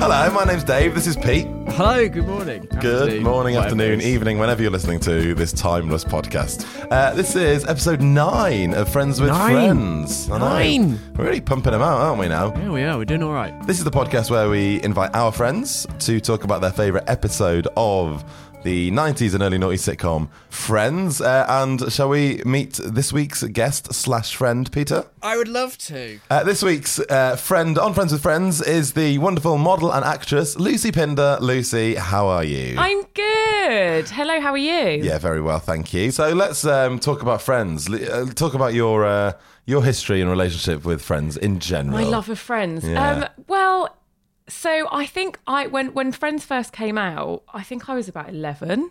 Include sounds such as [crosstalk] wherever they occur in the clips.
Hello, my name's Dave. This is Pete. Hello, good morning. Good Afternoon, morning, whatever afternoon, it is. evening, whenever you're listening to this timeless podcast. Uh, this is episode nine of Friends with Nine. Friends. I know. Nine. We're really pumping them out, aren't we now? Yeah, we are. We're doing all right. This is the podcast where we invite our friends to talk about their favourite episode of the 90s and early noughties sitcom Friends. Uh, and shall we meet this week's guest slash friend, Peter? I would love to. Uh, this week's uh, friend on Friends with Friends is the wonderful model and actress Lucy Pinder. Lucy, how are you? I'm good. Hello, how are you? yeah, very well, thank you. So let's um, talk about Friends. L- uh, talk about your uh, your history and relationship with Friends in general. My love of Friends. Yeah. Um, well, so I think I when when Friends first came out, I think I was about eleven.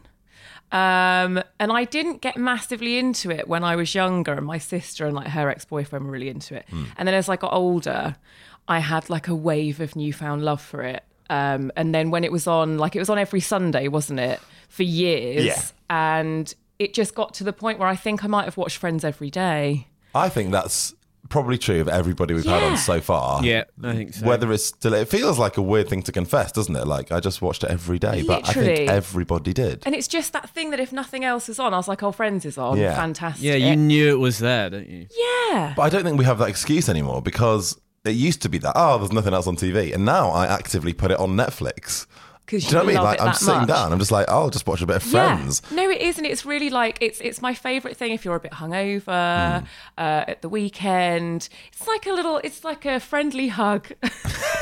Um, and I didn't get massively into it when I was younger, and my sister and like her ex boyfriend were really into it. Hmm. And then as I got older, I had like a wave of newfound love for it. Um, and then when it was on, like it was on every Sunday, wasn't it, for years? Yeah. And it just got to the point where I think I might have watched Friends every day. I think that's probably true of everybody we've had Yeah. on so far. Yeah, I think so. Whether it's still, it feels like a weird thing to confess, doesn't it? Like I just watched it every day, but I Literally. think everybody did. And it's just that thing that if nothing else is on, I was like, oh, Friends is on. Yeah. Fantastic. yeah, you knew it was there, don't you? Yeah. But I don't think we have that excuse anymore because it used to be that oh, there's nothing else on TV, and now I actively put it on Netflix. Because Do you know what I mean? love Like it I'm that sitting much. down, I'm just like, I'll just watch a bit of Friends. Yeah. No, it is, and it's really like it's it's my favourite thing. If you're a bit hungover Hmm. uh, at the weekend, it's like a little, it's like a friendly hug [laughs]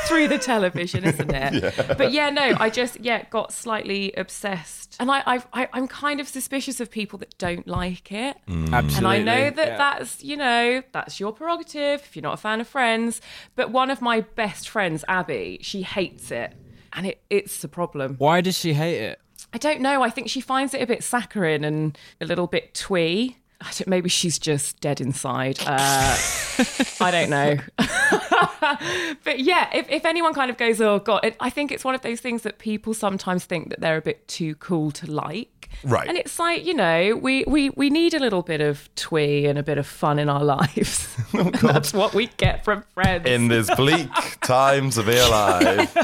through the television, isn't [laughs] it? But yeah, no, I just yeah got slightly obsessed, and I, I've, I I'm kind of suspicious of people that don't like it. Mm. And Absolutely. I know that Yeah. that's, you know, that's your prerogative if you're not a fan of Friends. But one of my best friends, Abby, she hates it. And it, it's a problem. Why does she hate it? I don't know. I think she finds it a bit saccharine and a little bit twee. I don't, maybe she's just dead inside. [laughs] Uh, I don't know. [laughs] but yeah, if, if anyone kind of goes, oh, God, it, I think it's one of those things that people sometimes think that they're a bit too cool to like. Right. And it's like, you know, we, we, we need a little bit of twee and a bit of fun in our [laughs] lives. And that's what we get from friends. Oh, In these bleak [laughs] times to be alive,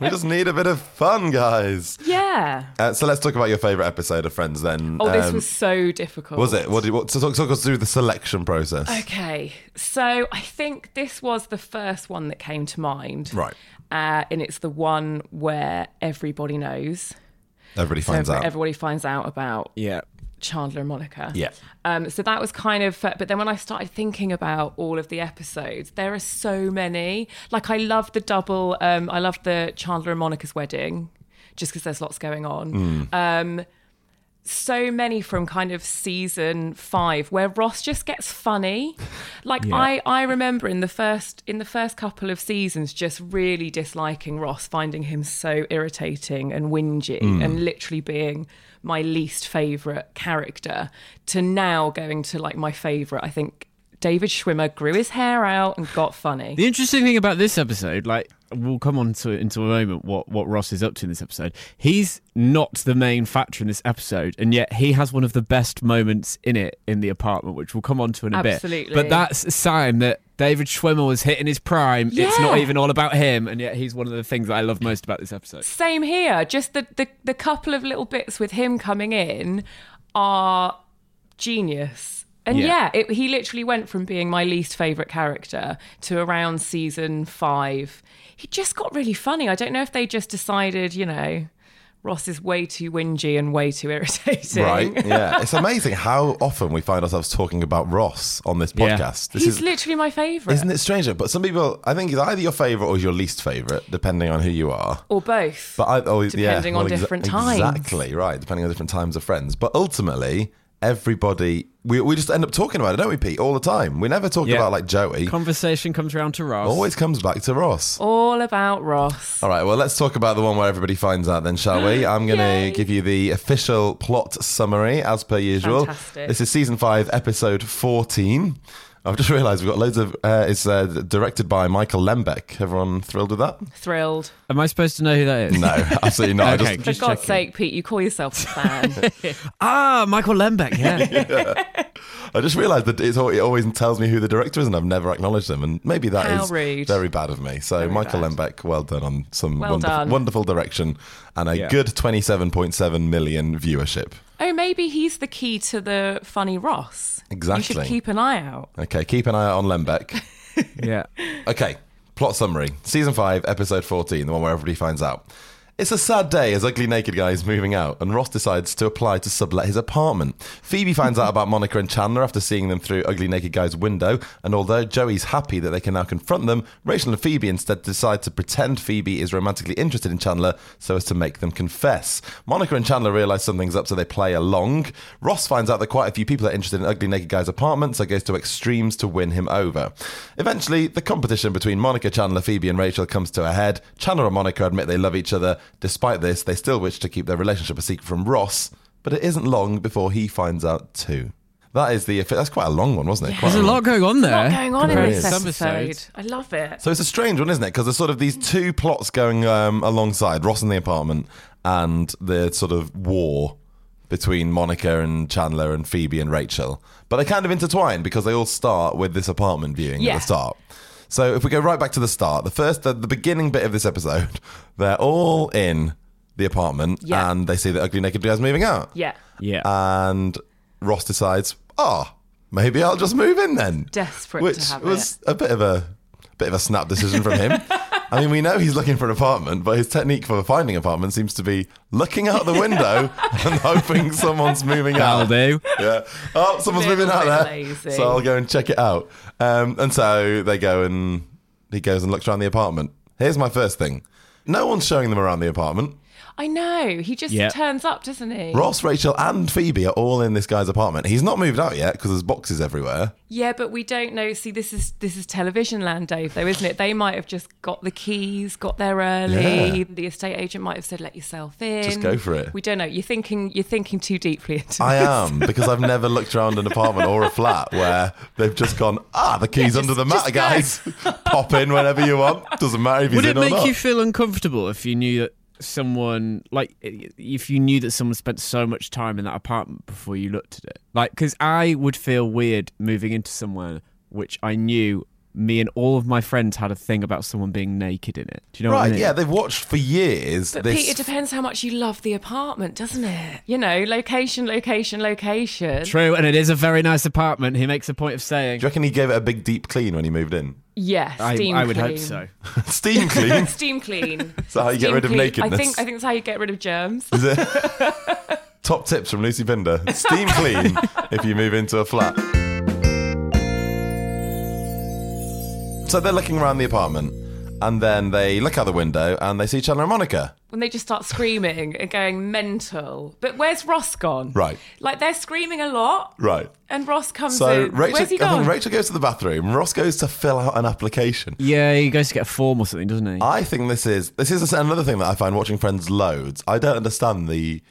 we just need a bit of fun, guys. yeah. Uh, so let's talk about your favorite episode of Friends then. Oh, this Um, was so difficult. was it? What did what? So talk, talk us through the selection process. Okay, so I think this was the first one that came to mind. Right. Uh, and it's the one where everybody knows. Everybody finds Every- out. Everybody finds out about Yeah. Chandler and Monica. Yeah. Um, so that was kind of, but then when I started thinking about all of the episodes, there are so many. Like I love the double, um, I love the Chandler and Monica's wedding, just because there's lots going on. Mm. Um, so many from kind of season five where Ross just gets funny. Like I, I remember in the first in the first couple of seasons just really disliking Ross, finding him so irritating and whingy and literally being my least favourite character to now going to like my favourite. I think David Schwimmer grew his hair out and got funny. The interesting thing about this episode, like, we'll come on to into a moment what, what Ross is up to in this episode. He's not the main factor in this episode, and yet he has one of the best moments in it in the apartment, which we'll come on to in a bit. Absolutely. But that's a sign that David Schwimmer was hitting his prime. It's not Yeah. even all about him, and yet he's one of the things that I love most about this episode. Same here. Just the, the the couple of little bits with him coming in are genius. And Yeah. yeah, it, he literally went from being my least favorite character to around season five. He just got really funny. I don't know if they just decided, you know, Ross is way too whingy and way too irritating. [laughs] Right. Yeah. It's amazing how often we find ourselves talking about Ross on this Yeah. podcast. This He's is literally my favorite. isn't it strange? But some people I think he's either your favourite or your least favourite, depending on who you are. or both. But I always Depending yeah, on well, exa- different times. Exactly, right. Depending on different times of friends. But ultimately, everybody we, we just end up talking about it, don't we, Pete? All the time. We never talk Yeah. about like Joey. [laughs] Conversation comes round to Ross. Always comes back to Ross. All about Ross. All right, well, let's talk about the one where everybody finds out then, shall [gasps] we? I'm going to Yay. give you the official plot summary as per usual. Fantastic. This is season five, episode 14. I've just realised we've got loads of. Uh, it's uh, directed by Michael Lembeck. Everyone thrilled with that? Thrilled. Am I supposed to know who that is? [laughs] No, absolutely not. I Okay. just- For Just God's checking. sake, Pete, you call yourself [laughs] a fan. Ah, Michael Lembeck. Yeah. I just realised that it's, al- it always tells me who the director is, and I've never acknowledged them. And maybe that is How rude. very bad of me. So, Michael bad. Lembeck, well done on some Well wonderful, done. wonderful direction and a Yeah. good 27.7 million viewership. oh, maybe he's the key to the funny Ross. You Exactly. should keep an eye out. Okay, keep an eye out on Lembeck. yeah. Okay, plot summary. Season 5, episode 14, the one where everybody finds out. It's a sad day as Ugly Naked Guy is moving out, and Ross decides to apply to sublet his apartment. Phoebe finds out about Monica and Chandler after seeing them through Ugly Naked Guy's window, and although Joey's happy that they can now confront them, Rachel and Phoebe instead decide to pretend Phoebe is romantically interested in Chandler so as to make them confess. Monica and Chandler realize something's up, so they play along. Ross finds out that quite a few people are interested in Ugly Naked Guy's apartment, so goes to extremes to win him over. Eventually, the competition between Monica, Chandler, Phoebe, and Rachel comes to a head. Chandler and Monica admit they love each other. Despite this, they still wish to keep their relationship a secret from Ross, but it isn't long before he finds out too. That is the that's quite a long one, wasn't it? Quite There's a lot going on there. What's going on in Eh, There this is. episode? I love [laughs] it. So it's a strange one, isn't it? Because there's sort of these two plots going um, alongside Ross in the apartment and the sort of war between Monica and Chandler and Phoebe and Rachel. But they kind of intertwine because they all start with this apartment viewing at Yeah. the start. So if we go right back to the start, the first, the, the beginning bit of this episode, [laughs] they're all in the apartment Yeah. and they see that Ugly Naked Guy's moving out. Yeah. Yeah. Uh, And Ross decides, ah, maybe I'll just move in then. Desperate to Which have was a bit of a bit of a snap decision from [laughs] him. I mean, we know he's looking for an apartment, but his technique for finding an apartment seems to be looking out the [laughs] window and hoping someone's moving That'll out. do. Yeah. Oh, someone's Little moving out bit there. lazy. So I'll go and check it out. Um, and so they go and he goes and looks around the apartment. Here's my first thing. No one's showing them around the apartment. I know. He just Yeah. turns up, doesn't he? Ross, Rachel, and Phoebe are all in this guy's apartment. He's not moved out yet because there's boxes everywhere. Yeah, but we don't know. See, this is this is television land, Dave, though, isn't it? They might have just got the keys, got there early. Yeah. The estate agent might have said, "Let yourself in." Just go for it. We don't know. You're thinking. You're thinking too deeply into. I this. [laughs] am because I've never looked around an apartment or a flat where they've just gone, ah, the keys Yeah, under just- the mat, guys. just [laughs] Pop in whenever you want. Doesn't matter if he's Would it in or make not. you feel uncomfortable if you knew that someone, like, if you knew that someone spent so much time in that apartment before you looked at it? Like, because I would feel weird moving into somewhere which I knew me and all of my friends had a thing about someone being naked in it. Do you know what I right? mean? Yeah, they've watched for years. But this Pete, it depends how much you love the apartment, doesn't it? You know, location, location, location. True, and it is a very nice apartment. He makes a point of saying, Do you reckon he gave it a big deep clean when he moved in? [laughs] yes, I, steam I would hope clean. so. [laughs] Steam clean. Steam clean. that how you get Steam rid of clean. nakedness? I think I think that's how you get rid of germs. Is it? Top tips from Lucy Pinder: steam clean if you move into a flat. So they're looking around the apartment, and then they look out the window and they see Chandler and Monica. when they just start screaming and going mental. But where's Ross gone? Right. Like they're screaming a lot. Right. And Ross comes So in. Rachel, where's he I gone? think Rachel goes to the bathroom. Ross goes to fill out an application. Yeah, he goes to get a form or something, doesn't he? I think this is this is another thing that I find watching Friends loads. I don't understand the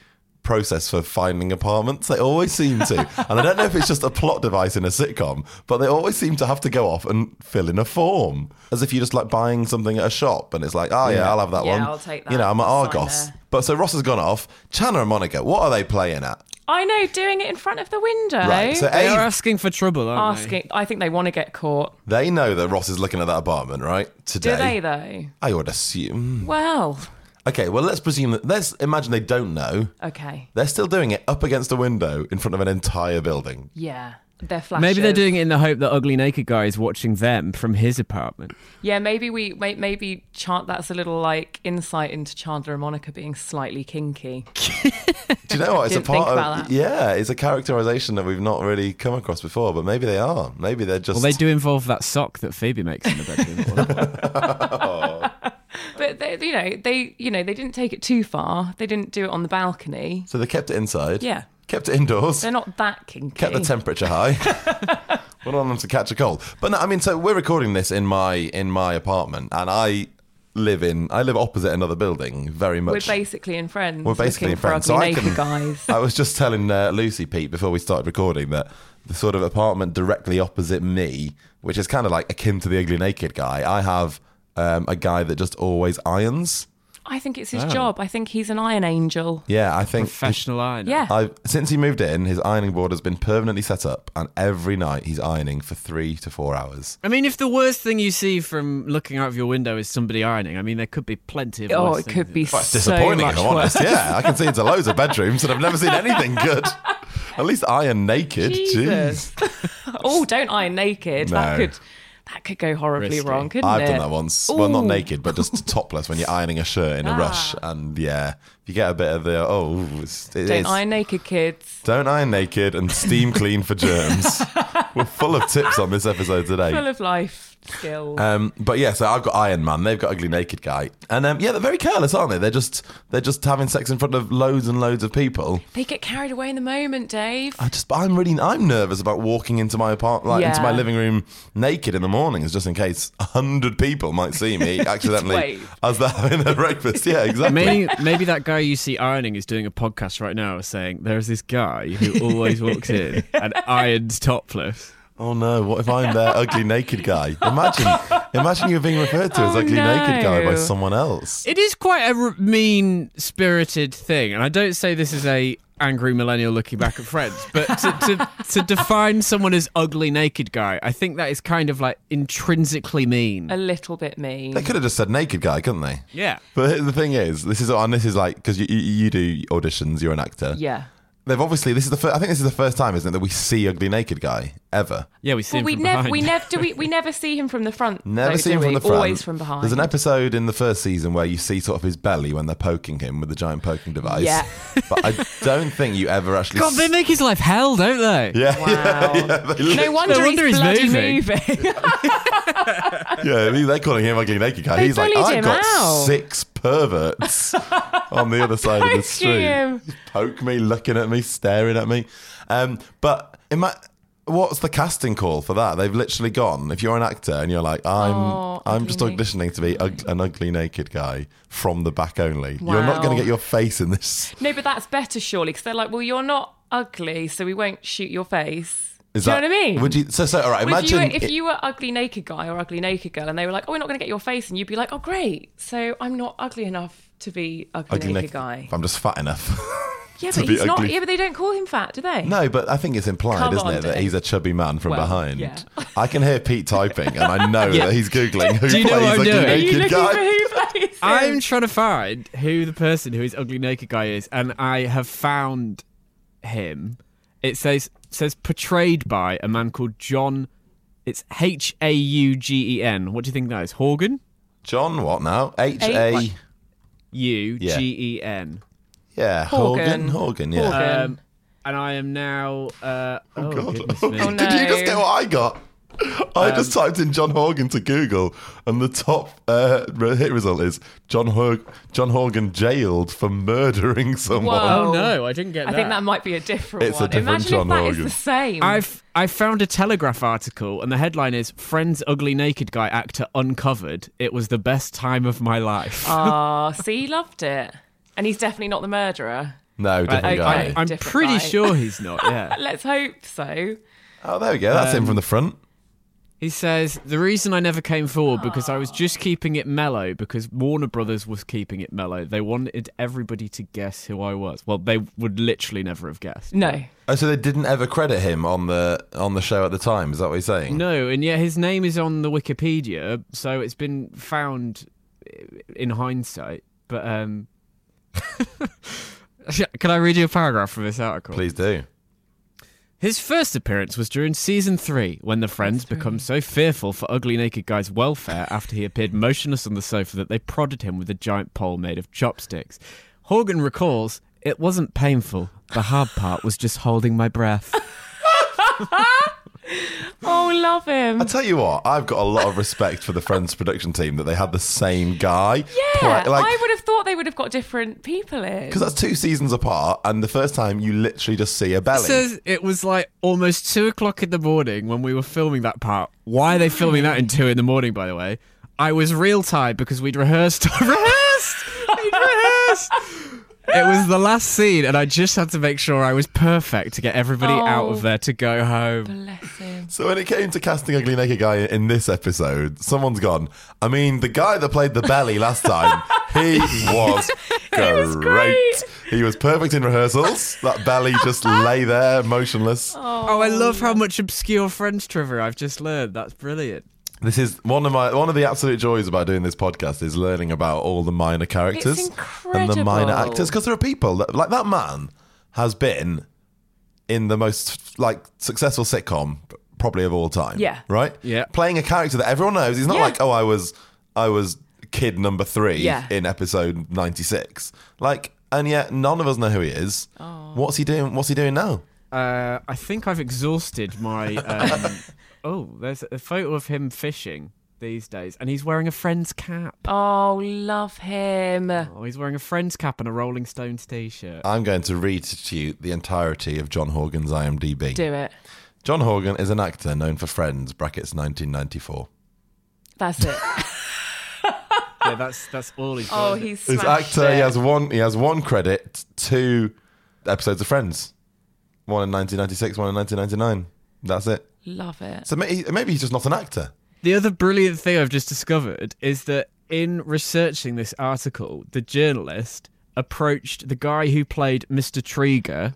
process for finding apartments. They always seem to, and I don't know if it's just a plot device in a sitcom, but they always seem to have to go off and fill in a form, as if you're just like buying something at a shop, and it's like, oh yeah, I'll have that Yeah, one. I'll take that. You know, I'm at Sign Argos. there. But so Ross has gone off. Chandler and Monica, what are they playing at? I know, doing it in front of the window. Right. So they are A, asking for trouble, aren't they? asking I think they want to get caught. they know that Ross is looking at that apartment, right? Do Today. they though? I would assume. Well, Okay, well, let's presume that, let's imagine they don't know. Okay. They're still doing it up against a window in front of an entire building. Yeah. They're flashes. Maybe they're doing it in the hope that ugly naked guy is watching them from his apartment. Yeah, maybe we may, maybe chant. That's a little like insight into Chandler and Monica being slightly kinky. Do you know [laughs] what? It's a Didn't think part of about that. yeah, it's a characterization that we've not really come across before, but maybe they are. Maybe they're just Well, they do involve that sock that Phoebe makes in the [laughs] bedroom. But they, you know, they you know they didn't take it too far. They didn't do it on the balcony. So they kept it inside. Yeah. Kept it indoors. They're not that kinky. kept the temperature [laughs] high. [laughs] we don't want them to catch a cold. But no, I mean, so we're recording this in my in my apartment, and I live in I live opposite another building, very We're much. basically in friends. We're basically looking friends. For So ugly I naked can. [laughs] guys. I was just telling uh, Lucy Pete before we started recording that the sort of apartment directly opposite me, which is kind of like akin to the ugly naked guy, I have um, a guy that just always irons. I think it's Oh. his job. I think he's an iron angel. Yeah, I think Professional iron. Yeah. Oh, I've, since he moved in, his ironing board has been permanently set up, and every night he's ironing for three to four hours. I mean, if the worst thing you see from looking out of your window is somebody ironing, I mean, there could be plenty of. oh, worse it things could in be the- Well, it's so disappointing, much if I'm honest. worse. [laughs] Yeah, I can see into loads of bedrooms, and I've never seen anything good. At least iron naked. Jesus. [laughs] Jeez. Oh, don't iron naked. That No. could that could go horribly Risky. wrong, couldn't I've it? done that once. Well, not Ooh. Ah. naked, but [laughs] just topless when you're ironing a shirt in a rush. And yeah, you get a bit of the, oh, it's, it Don't is- iron naked, kids. Don't iron naked and steam clean for [laughs] germs. We're full of tips on this episode today. Full of life skills. Um, but yeah, so I've got Iron Man. They've got Ugly Naked Guy, and um, yeah, they're very careless, aren't they? They're just they're just having sex in front of loads and loads of people. they get carried away in the moment, Dave. I just, but I'm really I'm nervous about walking into my apartment, like into Yeah. my living room naked in the mornings, just in case a hundred people might see [laughs] me accidentally wait. as they're having a breakfast. [laughs] Yeah, exactly. Maybe, [laughs] maybe that guy you see ironing is doing a podcast right now saying, there's this guy who always walks [laughs] in and irons topless. Oh no, what if I'm their ugly naked guy? [laughs] Imagine, imagine you're being referred to as Oh, ugly naked guy by no. someone else. It is quite a r- mean-spirited thing, and I don't say this is a angry millennial looking back at friends, but to, [laughs] to, to define someone as ugly naked guy, I think that is kind of like intrinsically A mean. little bit mean. They could have just said naked guy, couldn't they? Yeah. But the thing is, this is and this is like because you, you you do auditions, you're an actor. Yeah. They've obviously this is the first, I think this is the first time, isn't it, that we see ugly naked guy ever. Yeah, we see But him we from never, behind. we never, do we? We never see him from the front. Never though, see do him from we? the front. Always from behind. There's an episode in the first season where you see sort of his belly when they're poking him with the giant poking device. Yeah. but I don't think you ever actually. [laughs] God, they s- make his life hell, don't they? [laughs] yeah, Wow. no wonder, wonder he's, he's bloody moving. moving. [laughs] yeah, they- they're calling him ugly naked guy. They He's like, bullied I've him got out." six perverts on the [laughs] other side of the Poking street. him. Poke me, looking at me, staring at me. Um, but am I- what's the casting call for that? They've literally gone. If you're an actor and you're like, I'm, Oh, I'm ugly just naked auditioning to be ug- an ugly naked guy from the back only. You're not going Wow. to get your face in this. no, but that's better surely because they're like, well, you're not ugly, so we won't shoot your face. Is do you that- know what I mean? Would you? So, so all right. Well, if you Imagine were- if you were ugly naked guy or ugly naked girl, and they were like, "Oh, we're not going to get your face," and you'd be like, "Oh, great! So I'm not ugly enough to be ugly, ugly naked, naked- guy." I'm just fat enough. [laughs] Yeah, to but be he's not. ugly. Yeah, but they don't call him fat, do they? No, but I think it's implied, Come isn't on, it, that Dave. he's a chubby man from Well, behind. yeah. I can hear Pete typing, and I [laughs] know Yeah. that he's googling who Do you know plays what I'm ugly doing? Are Are you naked looking for guy. who plays him? I'm trying to find who the person who is ugly naked guy is, and I have found him. It says says portrayed by a man called John. It's H A U G E N. What do you think that is? Horgan. John, what now? H A- A. U G E N. Yeah, Horgan. Horgan. Horgan. Yeah. Horgan. Um, and I am now. Uh, oh, goodness me. [laughs] Oh, [laughs] no. Did you just get what I got? I just typed in John Horgan to Google, and the top uh, re- hit result is John Hor- John Horgan jailed for murdering someone. Whoa. Oh, no, I didn't get I that. think that might be a different It's a one. different Imagine John if that is Horgan. the same. I've I found a Telegraph article, and the headline is "Friends Ugly Naked Guy Actor Uncovered." It was the best time of my life. Ah, see, he loved it, and he's definitely not the murderer. No, different I, guy. am Different pretty guy. sure [laughs] he's not. Yeah. Let's hope so. oh, there we go. That's Um, him from the front. He says the reason I never came forward because I was just keeping it mellow because Warner Brothers was keeping it mellow. They wanted everybody to guess who I was. Well, they would literally never have guessed. No, Oh, so they didn't ever credit him on the on the show at the time. Is that what you're saying? No, and yet his name is on the Wikipedia, so it's been found in hindsight. But [laughs] um, can I read you a paragraph from this article? Please do. His first appearance was during season three, when the friends become so fearful for Ugly Naked Guy's welfare after he appeared motionless on the sofa that they prodded him with a giant pole made of chopsticks. Horgan recalls, It wasn't painful. The hard part was just holding my breath. Oh, love him. I tell you what, I've got a lot of respect for the Friends production team that they had the same guy. Yeah, I would have thought they would have got different people in. because that's two seasons apart, and the first time you literally just see a belly. says it was like almost two o'clock in the morning when we were filming that part. Why are they filming that in two in the morning, by the way? I was real tired because we'd rehearsed. [laughs] rehearsed! We'd rehearsed! It was the last scene, and I just had to make sure I was perfect to get everybody out Oh. of there to go home. Bless him. So when it came to casting Ugly Naked Guy in this episode, someone's gone. I mean, the guy that played the belly last time, [laughs] he was great. He was, great. perfect in rehearsals. That belly just lay there motionless. Oh, I love how much obscure French trivia I've just learned. That's brilliant. This is one of my one of the absolute joys about doing this podcast is learning about all the minor characters and the minor incredible. actors because there are people that, like that man has been in the most like successful sitcom probably of all time. Yeah. Right? Yeah. Playing a character that everyone knows. He's not Yeah. like, "Oh, I was I was kid number 3 Yeah. in episode 96." Like and yet none of us know who he is. Oh. What's he doing? What's he doing now? Uh, I think I've exhausted my. Um, oh, there's a photo of him fishing these days, and he's wearing a friend's cap. Oh, love him. Oh, he's wearing a friend's cap and a Rolling Stones t-shirt. I'm going to read to you the entirety of John Horgan's IMDb. Do it. John Horgan is an actor known for Friends (brackets 1994). [laughs] That's it. [laughs] yeah, that's that's all he's Oh, got. he's He's smashed actor. He it. has one. He has one credit, two episodes of Friends, one in 1996, one in 1999. That's it. Love it. So maybe, maybe he's just not an actor. The other brilliant thing I've just discovered is that in researching this article, the journalist approached the guy who played Mr. Trigger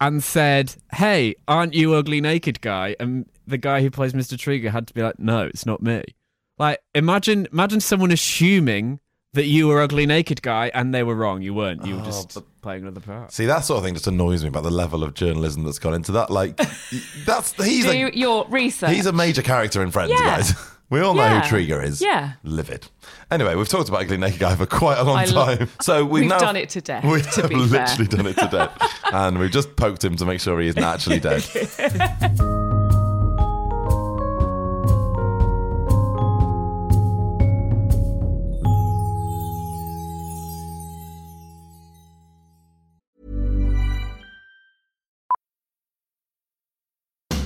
and said, "Hey, aren't you ugly naked guy?" And the guy who plays Mr. Trigger had to be like, "No, it's not me." Like, imagine imagine someone assuming that you were ugly naked guy and they were wrong. You weren't. You were just Oh, playing another part. See, that sort of thing just annoys me about the level of journalism that's gone into that. Like, [laughs] y- that's he's Do a, your research. he's a major character in Friends, Yeah. guys. [laughs] We all know Yeah. who Trigger is. Yeah. Livid. Anyway, we've talked about Ugly Naked Guy for quite a long I lo- [laughs] time. So we've, We've now, done it to death, We to have be fair. literally done it to [laughs] death. and we've just poked him to make sure he isn't actually dead.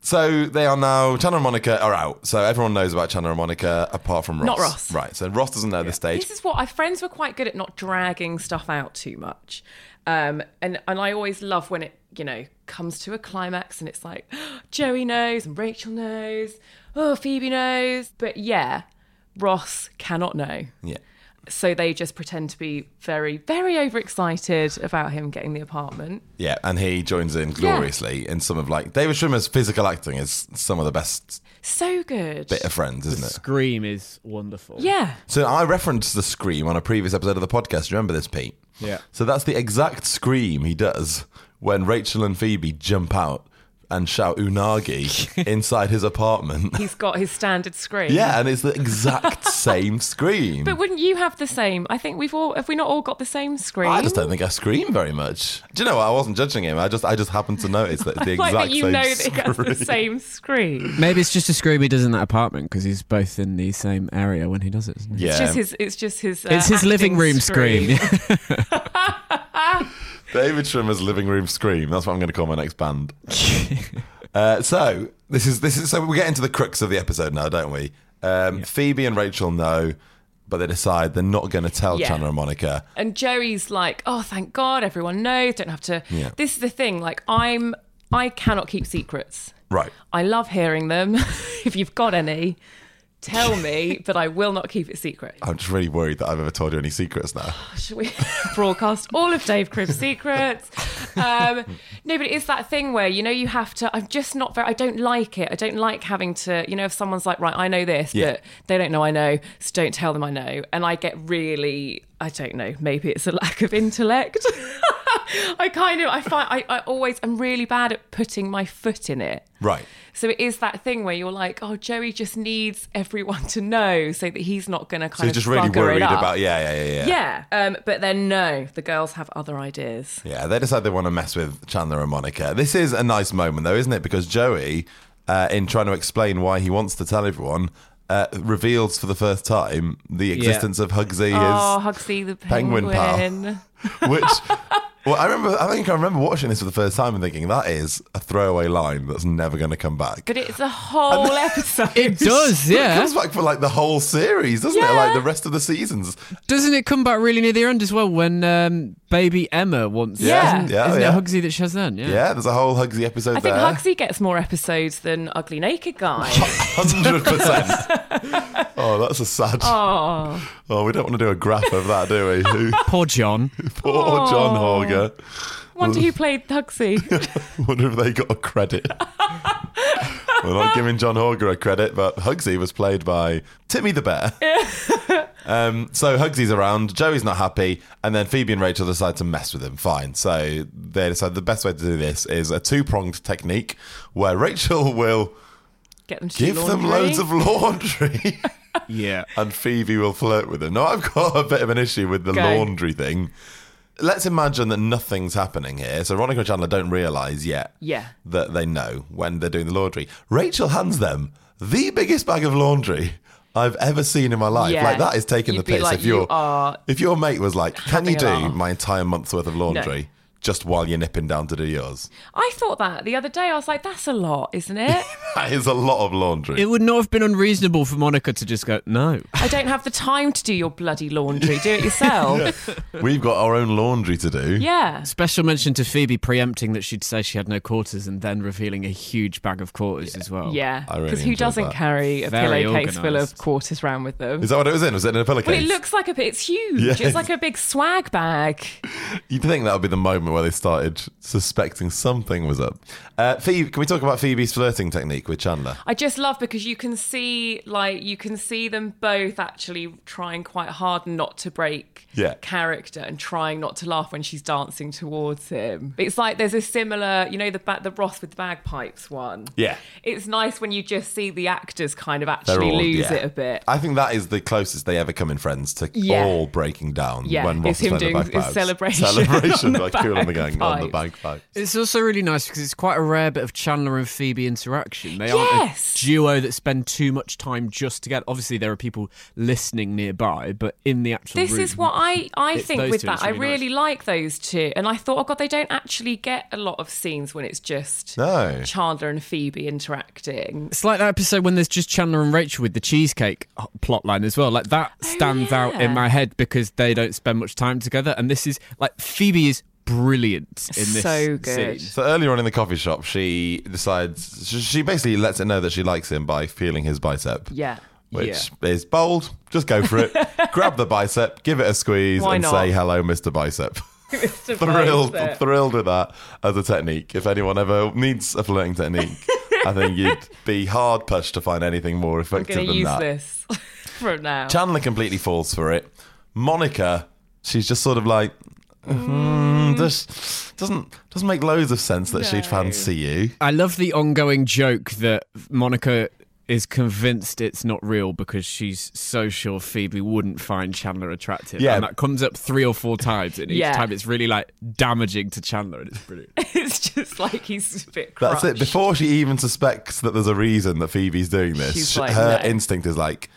So they are now Chandler and Monica are out. So everyone knows about Chandler and Monica apart from Ross. Not Ross. Right. So Ross doesn't know at this stage. This is what our friends were quite good at not dragging stuff out too much. Um, and, and I always love when it you know, comes to a climax and it's like [gasps] Joey knows and Rachel knows, oh, Phoebe knows. But yeah, Ross cannot know. Yeah. So they just pretend to be very, very overexcited about him getting the apartment. Yeah, and he joins in gloriously in some of like David Schwimmer's physical acting is some of the best So good. bit of Friends, isn't it? Scream is wonderful. yeah. So I referenced the scream on a previous episode of the podcast. Remember this, Pete? Yeah. So that's the exact scream he does when Rachel and Phoebe jump out and shout [laughs] "Unagi" inside his apartment. He's got his standard screen. Yeah, and it's the [laughs] exact same scream. But wouldn't you have the same? I think we've all, have we not all got the same screen? I just don't think I scream very much. Do you know what? I wasn't judging him. I just I just happened to notice that it's the [laughs] like exact that you same know that he has the scream. [laughs] same screen. Maybe it's just a scream he does in that apartment because he's both in the same area when he does it. Isn't [laughs] he? Yeah. It's just his. It's just his. Uh, It's his acting living room [laughs] scream. David Schwimmer's living room scream. That's what I'm going to call my next band. [laughs] uh, so this is this is so we get into the crux of the episode now, don't we? Um, Phoebe and Rachel know, but they decide they're not going to tell Yeah. Chandler and Monica. and Joey's like, "Oh, thank God, everyone knows. Don't have to." Yeah. This is the thing. Like, I'm. I cannot keep secrets. Right. I love hearing them. [laughs] if you've got any, tell me. but I will not keep it secret. I'm just really worried that I've ever told you any secrets now. Should we [laughs] broadcast all of Dave Cribb's secrets? Um, no, but it's that thing where you know you have to. I'm just not very. I don't like it. I don't like having to. You know, if someone's like, right, I know this, Yeah. but they don't know I know, so don't tell them I know. And I get really. I don't know. Maybe it's a lack of intellect. [laughs] I kind of. I find. I, I always. I'm really bad at putting my foot in it. Right. So it is that thing where you're like, oh, Joey just needs everyone to know so that he's not going to kind So you're of just really bugger it worried up. about yeah, yeah, yeah, yeah. Yeah. Um, but then no, the girls have other ideas. Yeah, they decide they want to mess with Chandler and Monica. This is a nice moment, though, isn't it? Because Joey, uh, in trying to explain why he wants to tell everyone, uh, reveals for the first time the existence of Hugsy, Oh, his Hugsy the penguin penguin. pal. which. [laughs] Well, I remember. I think I remember watching this for the first time and thinking that is a throwaway line that's never going to come back. But it's a [laughs] whole episode. it does, It yeah. comes back for like the whole series, doesn't it? Yeah. Like the rest of the seasons. Doesn't it come back really near the end as well when um, baby Emma wants? Yeah. isn't, Yeah, isn't yeah. it Hugsy that she has then? Yeah. Yeah, there's a whole Hugsy episode I think there. Hugsy gets more episodes than Ugly Naked Guy. [laughs] Hundred percent. [laughs] Oh, that's a sad. oh, Oh, we don't want to do a graph of that, do [laughs] we? Who, Poor John. poor John Horger. wonder who played Hugsy. [laughs] Wonder if they got a [laughs] credit. We're not giving John Horger a credit, but Hugsy was played by Timmy the [laughs] Bear. um, so Hugsy's around, Joey's not happy, and then Phoebe and Rachel decide to mess with him. Fine. So they decide the best way to do this is a two pronged technique where Rachel [laughs] will Get them to do give them laundry. loads of laundry. [laughs] [laughs] Yeah. and Phoebe will flirt with him. Now, I've got a bit of an issue with the Go. laundry thing. Let's imagine that nothing's happening here. So Veronica and Chandler don't realise yet Yeah. that they know when they're doing the laundry. Rachel hands them the biggest bag of laundry I've ever seen in my life. Yeah. Like that is taking You'd the be piss. like, if your you are if your mate was like, "Can you having a do laugh." my entire month's worth of laundry just while you're nipping down to do yours?" [laughs] I thought that the other day. I was like, that's a lot, isn't it? That is a lot of laundry. It would not have been unreasonable for Monica to just go, no. I don't have the time to do your bloody laundry. Do [laughs] it yourself. We've got our own laundry to do. yeah. Special mention to Phoebe preempting that she'd say she had no quarters and then revealing a huge bag of quarters as well. Yeah. I really Because who enjoyed doesn't that. carry a Very pillowcase full organised. of quarters round with them? Is that what it was in? Was it in a pillowcase? Well, it looks like a bit. It's huge. Yeah. It's like a big swag bag. You'd think that would be the moment where they started suspecting something was up. Uh, Phoebe, can we talk about Phoebe's flirting technique with Chandler? I just love because you can see, like, you can see them both actually trying quite hard not to break Yeah. character and trying not to laugh when she's dancing towards him. It's like there's a similar, you know, the ba- the Ross with the bagpipes one. Yeah. It's nice when you just see the actors kind of They're actually all- lose yeah. it a bit. I think that is the closest they ever come in Friends to Yeah. all breaking down Yeah, when it's Ross is him playing doing the his bagpipes. celebration [laughs] Celebration on the by Cool and the Gang on the bagpipes. bagpipes. It's also really nice because it's quite a rare bit of Chandler and Phoebe interaction. They Yes. aren't a duo that spend too much time just together. Obviously, there are people listening nearby, but in the actual This room, is what I, I It's think those with two, that. it's I really nice. really like those two. And I thought, oh God, they don't actually get a lot of scenes when it's just No. Chandler and Phoebe interacting. It's like that episode when there's just Chandler and Rachel with the cheesecake uh, plotline as well. Like that stands out Oh, yeah. in my head because they don't spend much time together. And this is like Phoebe is brilliant in this So good. scene. So earlier on in the coffee shop, she decides she- she basically lets it know that she likes him by feeling his bicep. Yeah. [laughs] Which is bold. Just go for it. Grab the bicep, give it a squeeze, Why and not? say hello, Mr. Bicep. [laughs] thrilled, thrilled with that as a technique. If anyone ever needs a flirting technique, I [laughs] think you'd be hard pushed to find anything more I'm effective going to than use that. this [laughs] from now. Chandler completely falls for it. Monica, she's just sort of like, Mm. "Hmm, just doesn't doesn't make loads of sense that she'd fancy you. I love the ongoing joke that Monica is convinced it's not real because she's so sure Phoebe wouldn't find Chandler attractive. Yeah. And that comes up three or four times, and each Yeah. time it's really like damaging to Chandler, and it's [laughs] brilliant. [laughs] it's just like he's a bit crushed. That's it. Before she even suspects that there's a reason that Phoebe's doing this, She's sh- like, her no. instinct is like,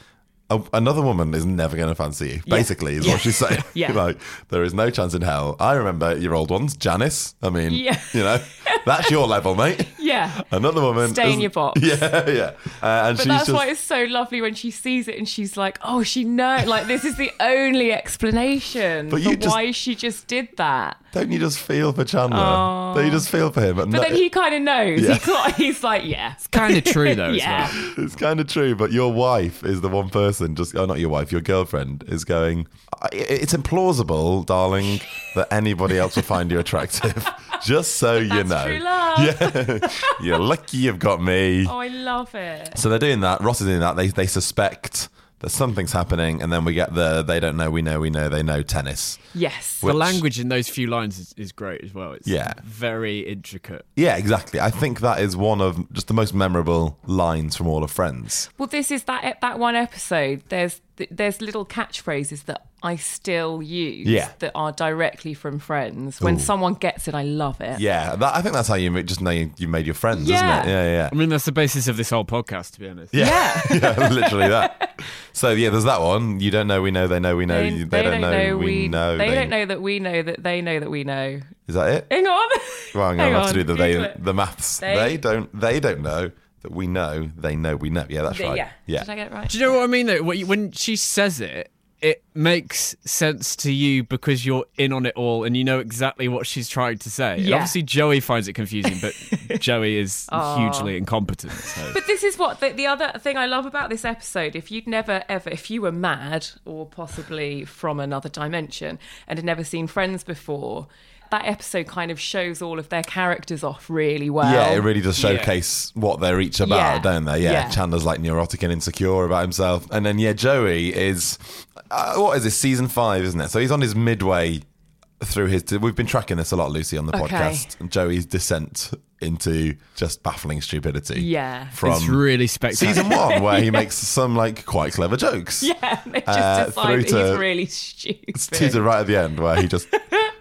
"Oh, another woman is never going to fancy you. Basically, is what she's saying. [laughs] Yeah. [laughs] like, there is no chance in hell. I remember your old ones, Janice. I mean, Yeah. you know, that's your level, [laughs] mate. Yeah. Another woman. Stay in isn't- your box. [laughs] Yeah, yeah. Uh, and But she's that's just, why it's so lovely when she sees it and she's like, "Oh, she know." Like this is the only explanation But for you just- why she just did that. Don't you just feel for Chandler? Aw. Don't you just feel for him? But then he kind of knows. Yeah. He caught, he's like, "Yeah, kind of true, though, yeah." as well. it's kind of true, but your wife is the one person, just oh, not your wife, your girlfriend is going, "I- it's implausible, darling, that anybody else will find you attractive. [laughs] just so you [laughs] That's know. true love. Yeah. [laughs] You're lucky you've got me. Oh, I love it. So they're doing that. Ross is doing that. They, they suspect that something's happening, and then we get the they don't know, we know, we know, they know tennis. Yes. Which- The language in those few lines is, is great as well. It's Yeah. very intricate. Yeah, exactly. I think that is one of just the most memorable lines from all of Friends. Well, this is that e, that one episode. There's there's little catchphrases that I still use Yeah. that are directly from Friends. When someone gets it, I love it. Yeah, that, I think that's how you ma- just know you, you made your friends, Yeah. isn't it? Yeah, yeah, yeah. I mean, that's the basis of this whole podcast, to be [laughs] honest. Yeah. Yeah, literally that. So yeah, there's that one. You don't know, we know, they know, we know, They, you- they don't know, we know. They, don't they- know that we know that they know that we know. Is that it? Hang on. Well, I'm gonna have to do the Google they, it. the maths. They, They- don't they don't know that we know, they know we know. Yeah, that's They- right. Yeah. Yeah. Did I get it right? Do you know what I mean? Though, When you- when she says it, it makes sense to you because you're in on it all and you know exactly what she's trying to say. And Yeah. obviously, Joey finds it confusing, [laughs] but Joey is hugely incompetent. So. But this is what the, the other thing I love about this episode. If you'd never ever, if you were mad or possibly from another dimension and had never seen Friends before, that episode kind of shows all of their characters off really well. Yeah, [laughs] it really does showcase what they're each about, Yeah. don't they? Yeah. Yeah. Chandler's like neurotic and insecure about himself. And then, yeah, Joey is, uh, what is this, season five, isn't it? So he's on his midway through his. We've been tracking this a lot, Lucy, on the Okay. podcast. And Joey's descent into just baffling stupidity. Yeah. From it's really spectacular. season one, where he makes some like quite clever jokes. [laughs] Yeah, and they just Uh, decide that through to- he's really stupid. Teaser right at the end where he just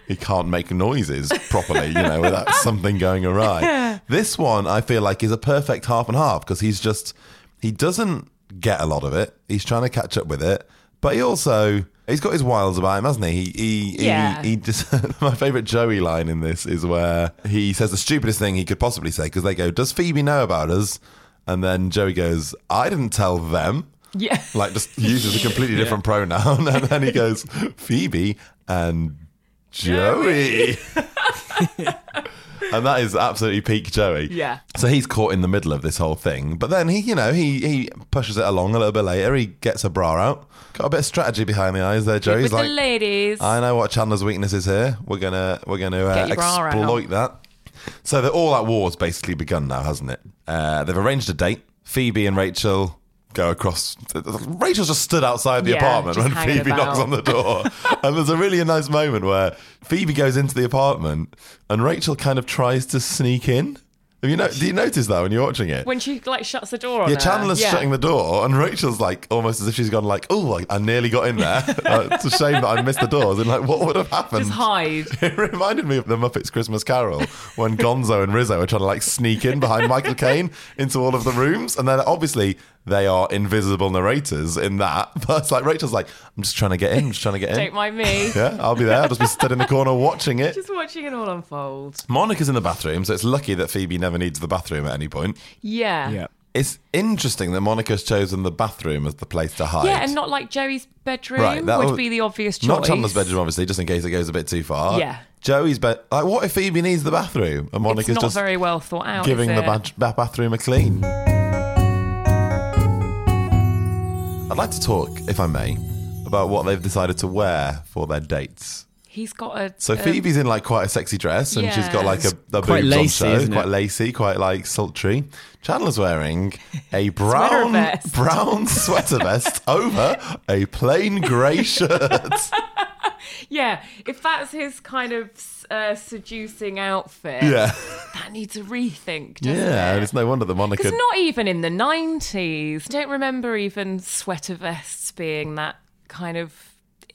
he can't make noises properly, you know, without something going awry. This one I feel like is a perfect half and half because he's just he doesn't get a lot of it. He's trying to catch up with it, but he also he's got his wiles about him, hasn't he? He he Yeah. he, he just [laughs] my favorite Joey line in this is where he says the stupidest thing he could possibly say because they go, "Does Phoebe know about us?" And then Joey goes, "I didn't tell them." Yeah. like just uses a completely [laughs] different pronoun [laughs] and then he goes phoebe and joey [laughs] [laughs] and that is absolutely peak joey Yeah. so he's caught in the middle of this whole thing but then he you know he he pushes it along a little bit later he gets a bra out got a bit of strategy behind the eyes there joey's With like the ladies. I know what Chandler's weakness is here. We're gonna we're gonna uh, Get your bra exploit that. So that all that war's basically begun now, hasn't it? Uh, they've arranged a date. Phoebe and Rachel go across. Rachel's just stood outside the Yeah, apartment just when hanging Phoebe knocks about. on the [laughs] door, and there's a really nice moment where Phoebe goes into the apartment and Rachel kind of tries to sneak in. Have you know? Do you notice that when you're watching it? when she like shuts the door on Yeah, her. Chandler's Yeah. shutting the door, and Rachel's like almost as if she's gone like, "Oh, I, I nearly got in [laughs] there. Uh, it's a shame that I missed the doors." And like, what would have happened? Just hide. [laughs] It reminded me of the Muppets Christmas Carol when Gonzo and Rizzo are trying to like sneak in behind Michael Caine into all of the rooms, and then obviously they are invisible narrators in that. [laughs] But it's like Rachel's like, "I'm just trying to get in. I'm just trying to get in. Don't mind me. [laughs] Yeah, I'll be there. I'll just be stood in the corner watching it." [laughs] Just watching it all unfold. Monica's in the bathroom, so it's lucky that Phoebe never needs the bathroom at any point. Yeah. yeah. It's interesting that Monica's chosen the bathroom as the place to hide. Yeah, and not like Joey's bedroom that would was- be the obvious choice. Not Chandler's bedroom, obviously, just in case it goes a bit too far. Yeah. Joey's bed. Like, what if Phoebe needs the bathroom and It's Monica's not just very well thought out. giving is the it? bad- ba- bathroom a clean? I'd like to talk, if I may, about what they've decided to wear for their dates. He's got a. So a- Phoebe's in like quite a sexy dress, and she's got Um, Yeah. like a, a quite boobs lacy, on show, isn't it? quite lacy, quite like sultry. Chandler's wearing [laughs] a brown vest. [laughs] brown sweater [laughs] vest over a plain grey shirt. yeah, if that's his kind of uh, seducing outfit, yeah, that needs a rethink, doesn't yeah. And it? it's no wonder that Monica Because not even in the 90s, don't remember even sweater vests being that kind of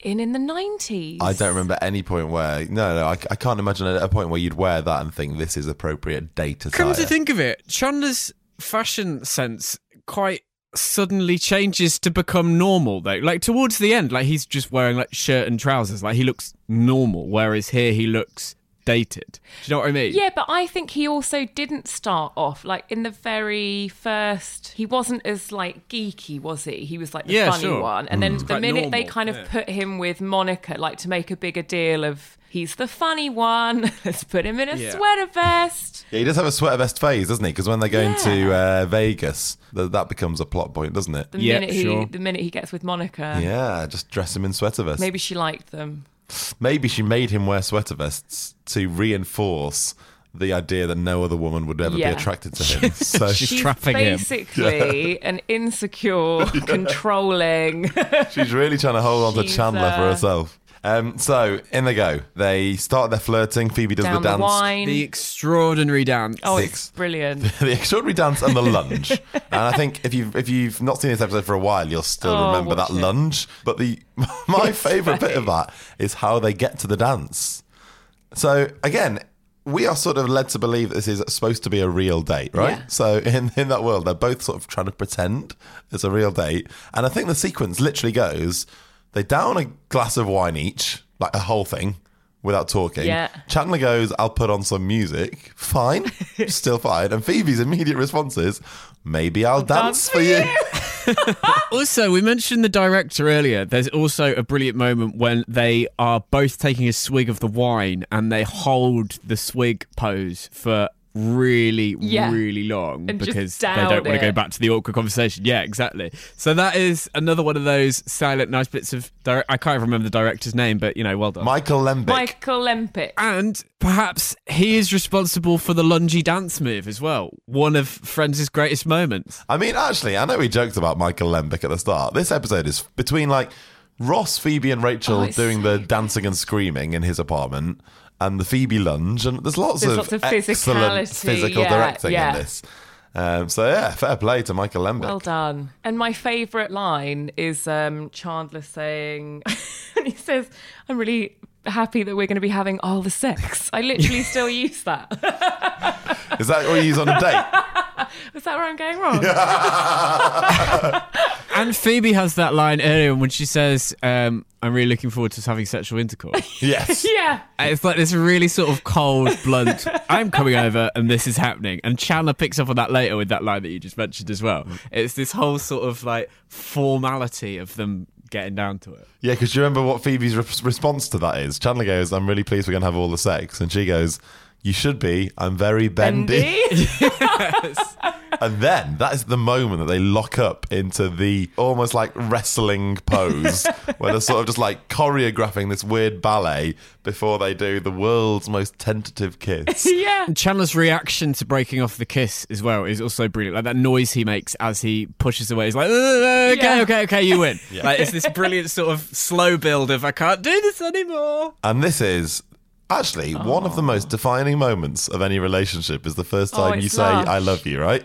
in in the 90s. I don't remember any point where no, no, I, I can't imagine a, a point where you'd wear that and think this is appropriate date attire. Come to think of it, Chandler's fashion sense quite suddenly changes to become normal though. Like towards the end, like he's just wearing like shirt and trousers. Like he looks normal, whereas here he looks dated. Do you know what I mean? Yeah, but I think he also didn't start off like in the very first. He wasn't as like geeky, was he? He was like the Yeah, funny sure. Mm. one, and then the Quite minute they normal, kind of yeah. put him with Monica, like to make a bigger deal of he's the funny one. [laughs] Let's put him in a Yeah. sweater vest. yeah, he does have a sweater vest phase, doesn't he? Because when they're going to Yeah. uh, Vegas, th- that becomes a plot point, doesn't it? The Yeah, minute he, sure. the minute he gets with Monica, Yeah, just dress him in sweater vests. maybe she liked them. Maybe she made him wear sweater vests to reinforce the idea that no other woman would ever Yeah. be attracted [laughs] to him. So She's she's, trapping him. [laughs] basically an insecure, controlling. really trying to hold on to She's, Chandler for uh, herself. Um, so in they go. They start their flirting. Phoebe does down the the, dance. wine. The extraordinary dance. oh, Six. it's brilliant. [laughs] the extraordinary dance and the [laughs] lunge. and I think if you've if you've not seen this episode for a while, you'll still Oh, remember that watch it. lunge. But the [laughs] [laughs] my favourite bit of that is how they get to the dance. So again, we are sort of led to believe this is supposed to be a real date, right? Yeah. So [laughs] in, in that world, they're both sort of trying to pretend it's a real date. And I think the sequence literally goes they down a glass of wine each, like a whole thing, without talking. Yeah. Chandler goes, I'll put on some music. [laughs] Fine. Still fine. And Phoebe's immediate response is, maybe I'll dance, for you. Also, we mentioned the director earlier. There's also a brilliant moment when they are both taking a swig of the wine and they hold the swig pose for really, Yeah. really long And just because they down don't want to go it. back to the awkward conversation. Yeah, exactly. So that is another one of those silent, nice bits of. Dire- I can't remember the director's name, but you know, well done. Michael Lembick. Michael Lempick. and perhaps he is responsible for the lungy dance move as well. One of Friends' greatest moments. I mean, actually, I know we joked about Michael Lembick at the start. This episode is between like Ross, Phoebe, and Rachel Oh, it's doing the dancing and screaming in his apartment, and the Phoebe lunge, and there's lots There's of lots of excellent physicality. physical Yeah, directing yeah. in this. Um, so yeah, fair play to Michael Lembick. Well done. And my favourite line is um, Chandler saying, [laughs] he says, I'm really happy that we're going to be having all the sex. I literally still use that. [laughs] Is that what you use on a date? Is that where I'm going wrong? And Phoebe has that line earlier when she says, um, I'm really looking forward to having [laughs] sexual intercourse. yes. Yeah. And it's like this really sort of cold, blunt, I'm coming over and this is happening. And Chandler picks up on that later with that line that you just mentioned as well. It's this whole sort of like formality of them getting down to it. Yeah, because you remember what Phoebe's re- response to that is? Chandler goes, I'm really pleased we're going to have all the sex. And she goes, You should be. I'm very bendy. [laughs] Andy? And then that is the moment that they lock up into the almost like wrestling pose where they're sort of just like choreographing this weird ballet before they do the world's most tentative kiss. [laughs] yeah. And Chandler's reaction to breaking off the kiss as well is also brilliant. Like that noise he makes as he pushes away. He's like, "Uh, uh, okay, Yeah. okay, okay, you win. Like it's this brilliant sort of slow build of I can't do this anymore. And this is actually one of the most defining moments of any relationship is the first Oh, time you it's say lush. I love you, right?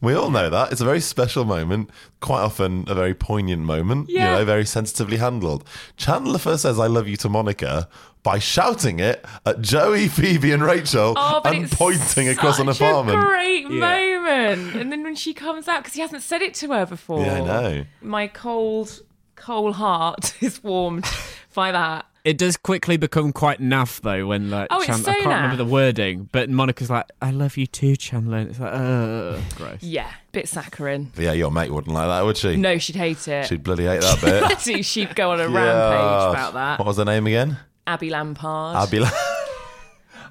We all know that. It's a very special moment, quite often a very poignant moment, Yeah. you know, very sensitively handled. Chandler first says I love you to Monica by shouting it at Joey, Phoebe and Rachel Oh, but and it's pointing across an such apartment. A great moment. And then when she comes out, because he hasn't said it to her before. Yeah, I know. [laughs] My cold, cold heart is warmed by that. It does quickly become quite naff though when like Oh, it's Chandler, so I can't remember naff. the wording, but Monica's like, "I love you too, Chandler." And it's like, oh, gross. Yeah, bit saccharine. Yeah, your mate wouldn't like that, would she? No, she'd hate it. She'd bloody hate that bit. She'd, [laughs] she'd go on a [laughs] Yeah. rampage about that. What was her name again? Abby Lampard. Abby, [laughs] La-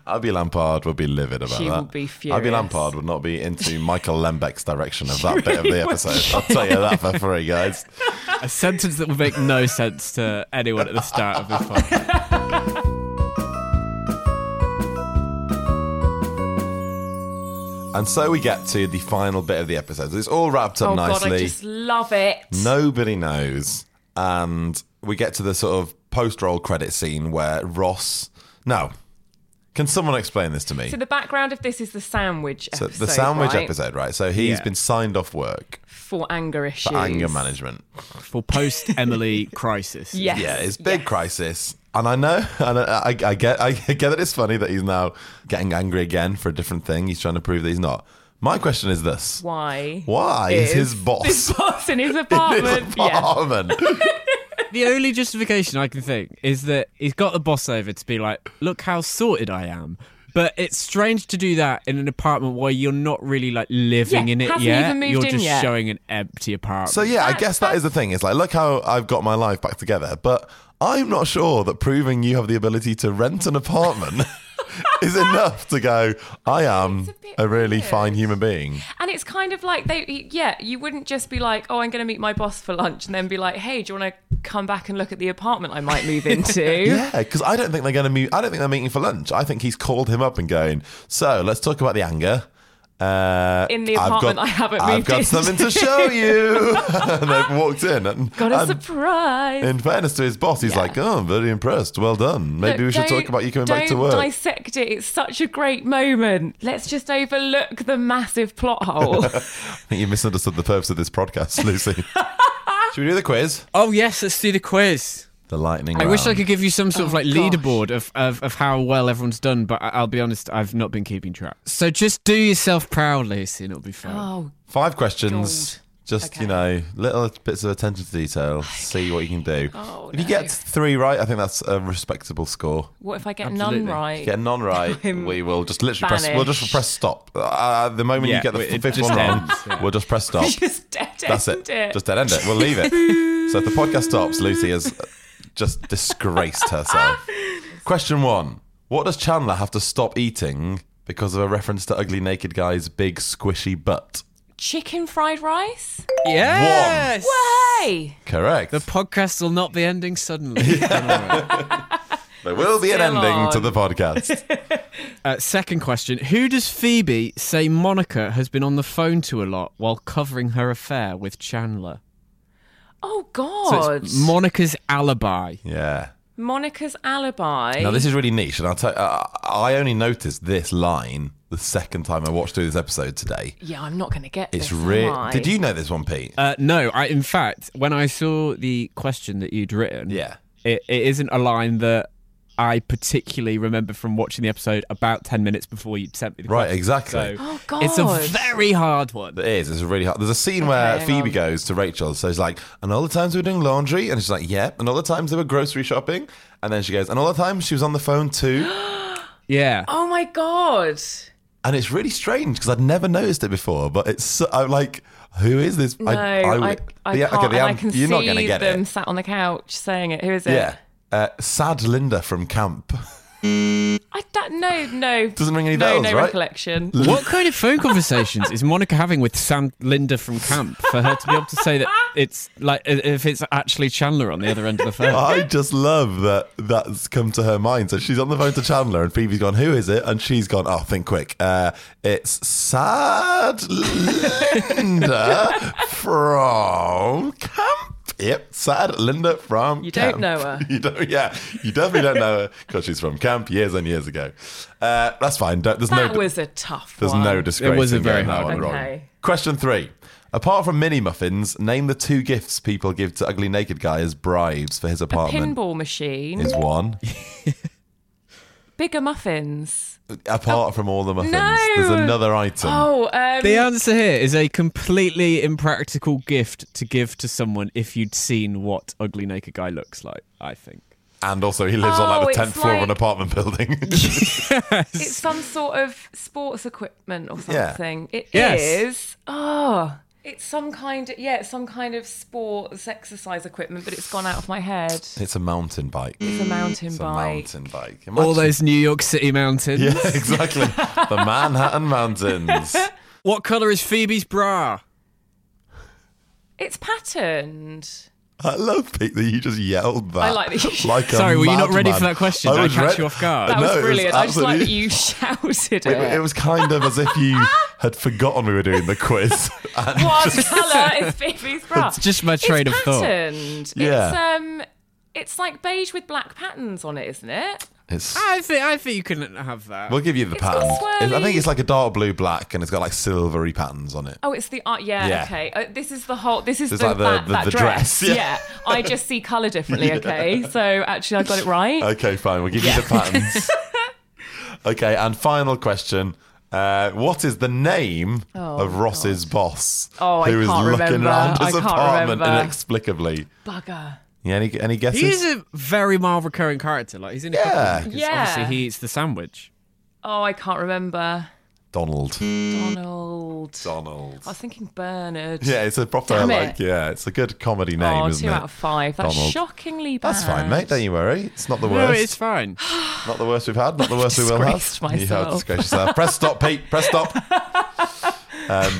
Abby Lampard would be livid about She that. would be Abby furious. Lampard would not be into Michael Lembeck's direction of that bit of the episode. I'll tell you that for free, guys. [laughs] A sentence that would make no sense to anyone at the start [laughs] of this podcast. And so we get to the final bit of the episode. It's all wrapped up oh nicely. god, I just love it. Nobody knows. And we get to the sort of post roll credit scene where Ross. No. Can someone explain this to me? So the background of this is the sandwich So episode. the sandwich right? episode, right? So he's Yeah. been signed off work for anger issues. for anger management. for post Emily crisis. Yes. Yeah, it's big yes. crisis. And I know, [laughs] and I, I, I get, I [laughs] get that it's funny that he's now getting angry again for a different thing. He's trying to prove that he's not. My question is this: Why? Why is, his [laughs] boss [laughs] His boss in his in apartment. his Yeah. apartment? The only justification I can think is that he's got the boss over to be like, look how sorted I am. But it's strange to do that in an apartment where you're not really like living Yeah, in it hasn't yet. even moved you're in just yet. showing an empty apartment. [laughs] So yeah, I guess that is the thing. It's like, look how I've got my life back together, but I'm not sure that proving you have the ability to rent an apartment [laughs] is enough to go. I am a, really fine human being. And it's kind of like they, yeah, you wouldn't just be like, oh, I'm going to meet my boss for lunch, and then be like, hey, do you want to come back and look at the apartment I might move into? [laughs] Yeah, because I don't think they're going to meet. I don't think they're meeting for lunch. I think he's called him up and going. So let's talk about the anger. Uh, In the I've apartment I haven't I've moved got into." something to show you. [laughs] and they've walked in. And, [laughs] Got a and surprise. in fairness to his boss, he's Yeah. like, "Oh, I'm very impressed. Well done. Maybe Look, we should don't- talk about you coming back to don't work." Dissect it. It's such a great moment. Let's just overlook the massive [laughs] plot hole. I think you misunderstood the purpose of this podcast, Lucy. [laughs] [laughs] should we do the quiz? oh yes, let's do the quiz. The lightning. I wish I round. could give you some sort of like gosh. leaderboard of, of, of how well everyone's done, but I- I'll be honest, I've not been keeping track. So just do yourself proud, Lucy, and it'll be fine. oh, Five questions. Just you know, Okay. little bits of attention to detail. See what you can do. Oh, if you no. get three right, I think that's a respectable score. what if I get Absolutely. none right? [laughs] Get none right, I'm we will just literally press. We'll just banished. press stop. Uh, the moment Yeah, you get the it f- fifth just one wrong, ends, [laughs] yeah. we'll just press stop. [laughs] just dead end That's it. Just dead end it. We'll leave [laughs] it. so if the podcast stops, Lucy has just disgraced herself. [laughs] Question one: What does Chandler have to stop eating because of a reference to Ugly Naked Guy's big squishy butt? Chicken fried rice? Yes! Hey! Correct. The podcast will not be ending suddenly. [laughs] Don't worry. there will be an Still ending to on. the [laughs] podcast. Uh, second question Who does Phoebe say Monica has been on the phone to a lot while covering her affair with Chandler? Oh, So God. it's Monica's alibi. yeah. Monica's alibi. Now this is really niche, and I'll tell. Uh, I only noticed this line the second time I watched through this episode today. yeah, I'm not going to get It's this. real. am I? Did you know this one, Pete? Uh, no, I, in fact, when I saw the question that you'd written, Yeah. it, it isn't a line that I particularly remember from watching the episode about ten minutes before you sent me the Right, question. exactly. So [gasps] Oh, God. it's a very hard one. It is. It's really hard. There's a scene where hang Phoebe on. goes to Rachel. So she's like, and all the times we were doing laundry, and she's like, yeah. And all the times they were grocery shopping, and then she goes, and all the times she was on the phone too. [gasps] Yeah, Oh, my God. and it's really strange because I'd never noticed it before. But it's so, I'm like, who is this? No, I, I, the- can't. and I am- can you're see not gonna get them it. sat on the couch saying it. Who is it? Yeah. Uh, sad Linda from camp. I don't know. No. Doesn't ring any no, bells, No right? recollection. what kind of phone conversations is Monica having with Sam Linda from camp for her to be able to say [laughs] that it's like if it's actually Chandler on the other end of the [laughs] phone? I just love that that's come to her mind. So she's on the phone to Chandler, and Phoebe's gone, "Who is it?" And she's gone, "Oh, think quick. Uh, it's Sad Linda from Camp." Yep, Sad Linda from. You Camp. don't know her. [laughs] you don't. Yeah, you definitely don't know her because she's from Camp years and years ago. Uh, that's fine. Don't, there's That no. was a tough there's one. no disgrace. It was a in very getting that hard one one. wrong. Okay. Question three. Apart from mini muffins, name the two gifts people give to ugly naked guy as bribes for his A apartment pinball machine. is [laughs] one. Bigger muffins. Apart from all the muffins, no. there's another item. Oh, um, The answer here is a completely impractical gift to give to someone if you'd seen what Ugly Naked Guy looks like, I think. And also, he lives on Oh, like it's the 10th floor of an like- apartment [laughs] building. It's some sort of sports equipment or Yeah. something. It is. Yes. Oh, it's some kind of yeah, it's some kind of sports exercise equipment, but it's gone out of my head. It's it's a mountain bike. a mountain It's a bike. mountain bike. All Imagine- those New York City mountains. [laughs] Yeah, exactly. the Manhattan [laughs] Mountains. What colour is Phoebe's bra? It's patterned. I love Pete that you just yelled that. I like that [laughs] you- Like a Sorry, were you not madman. ready for that question? I Did I was catch ready- you off guard? That Uh, No, it was brilliant. I just like that absolutely- you [laughs] shouted It, it. it [laughs] was kind of as if [laughs] you had forgotten we were doing the quiz. And What just- colour is [laughs] Phoebe's bra? It's just my train of it's thought. patterned. Yeah. It's um it's like beige with black patterns on it, isn't it? [laughs] it's, I think I think you couldn't have that. we'll give you the It's got pattern. It's- I swirly- think it's like a dark blue black and it's got like silvery patterns on it. Oh, it's the art. yeah, Yeah. okay. Uh, this is the whole. This is It's the, like the- that, the- that the dress. dress, yeah. Yeah. I just see [laughs] color differently. Okay, so actually, I got it right. Okay, fine. We'll give you [laughs] the patterns. okay, and final question. Uh, what is the name of Ross's boss Oh, I who is can't looking remember. around I his can't apartment remember. inexplicably? Bugger. Yeah, any, any guesses? He is a very mild recurring character. Like he's in a couple Yeah. of them, 'cause Yeah. Obviously, he eats the sandwich. Oh, I can't remember. [laughs] Donald. Donald. Donald. I was thinking Bernard. Yeah, it's a proper Damn it. like yeah, it's a good comedy name, Oh, isn't two it? out of five. That's Donald. shockingly bad. That's fine, mate. Don't you worry. It's not the worst. No, it's fine. [gasps] Not the worst we've had. Not the worst we will have. disgraced myself. You have disgraced yourself. Press stop, Pete. Press [laughs] stop. Um,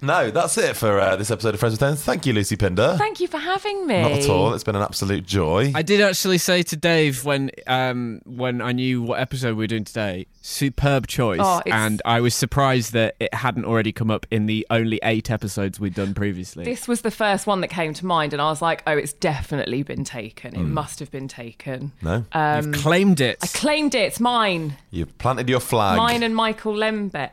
no, that's it for uh, this episode of Friends with Friends. Thank you, Lucy Pinder. Thank you for having me. Not at all. It's been an absolute joy. I did actually say to Dave when um, when I knew what episode we were doing today, superb choice, Oh, it's- and I was surprised that it hadn't already come up in the only eight episodes we'd done previously. This was the first one that came to mind, and I was like, "Oh, it's definitely been taken. It must have been taken." Hmm. no, Uh, You've claimed it. Um, I claimed it. It's mine. you've planted your flag. Mine and Michael [laughs] Lembet.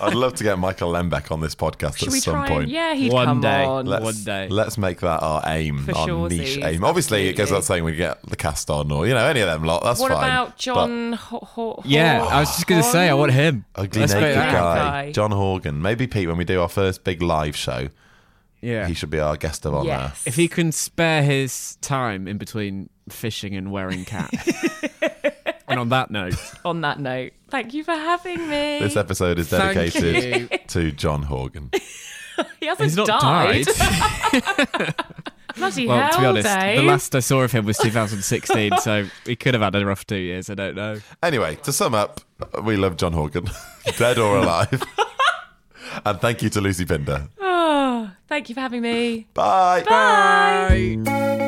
I'd love to get Michael Lembeck on this podcast Should at we some try? point. And, yeah, he'd One come day. on. Let's- One day. Let's make that our aim, For our sure, niche Zee. aim. Obviously, it goes without saying we get the cast on or, you know, any of them lot. That's What fine. about But John? Ho- Ho- yeah, Ho- I was just gonna say I want him. Ugly Let's go naked that. guy, Guy. John Horgan. Maybe Pete, when we do our first big live show, Yeah. he should be our guest of honor. Yes. If he can spare his time in between fishing and wearing cat. and on that note, On that note, thank you for having me. This episode is Thank dedicated to John Horgan. he hasn't he's not died. died. [laughs] Bloody well, hell, to be honest, Dave. the last I saw of him was 2016, so he could have had a rough two years. I don't know. Anyway, to sum up, we love John Horgan, [laughs] dead or alive. and thank you to Lucy Pinder. Oh, thank you for having me. Bye. Bye. Bye.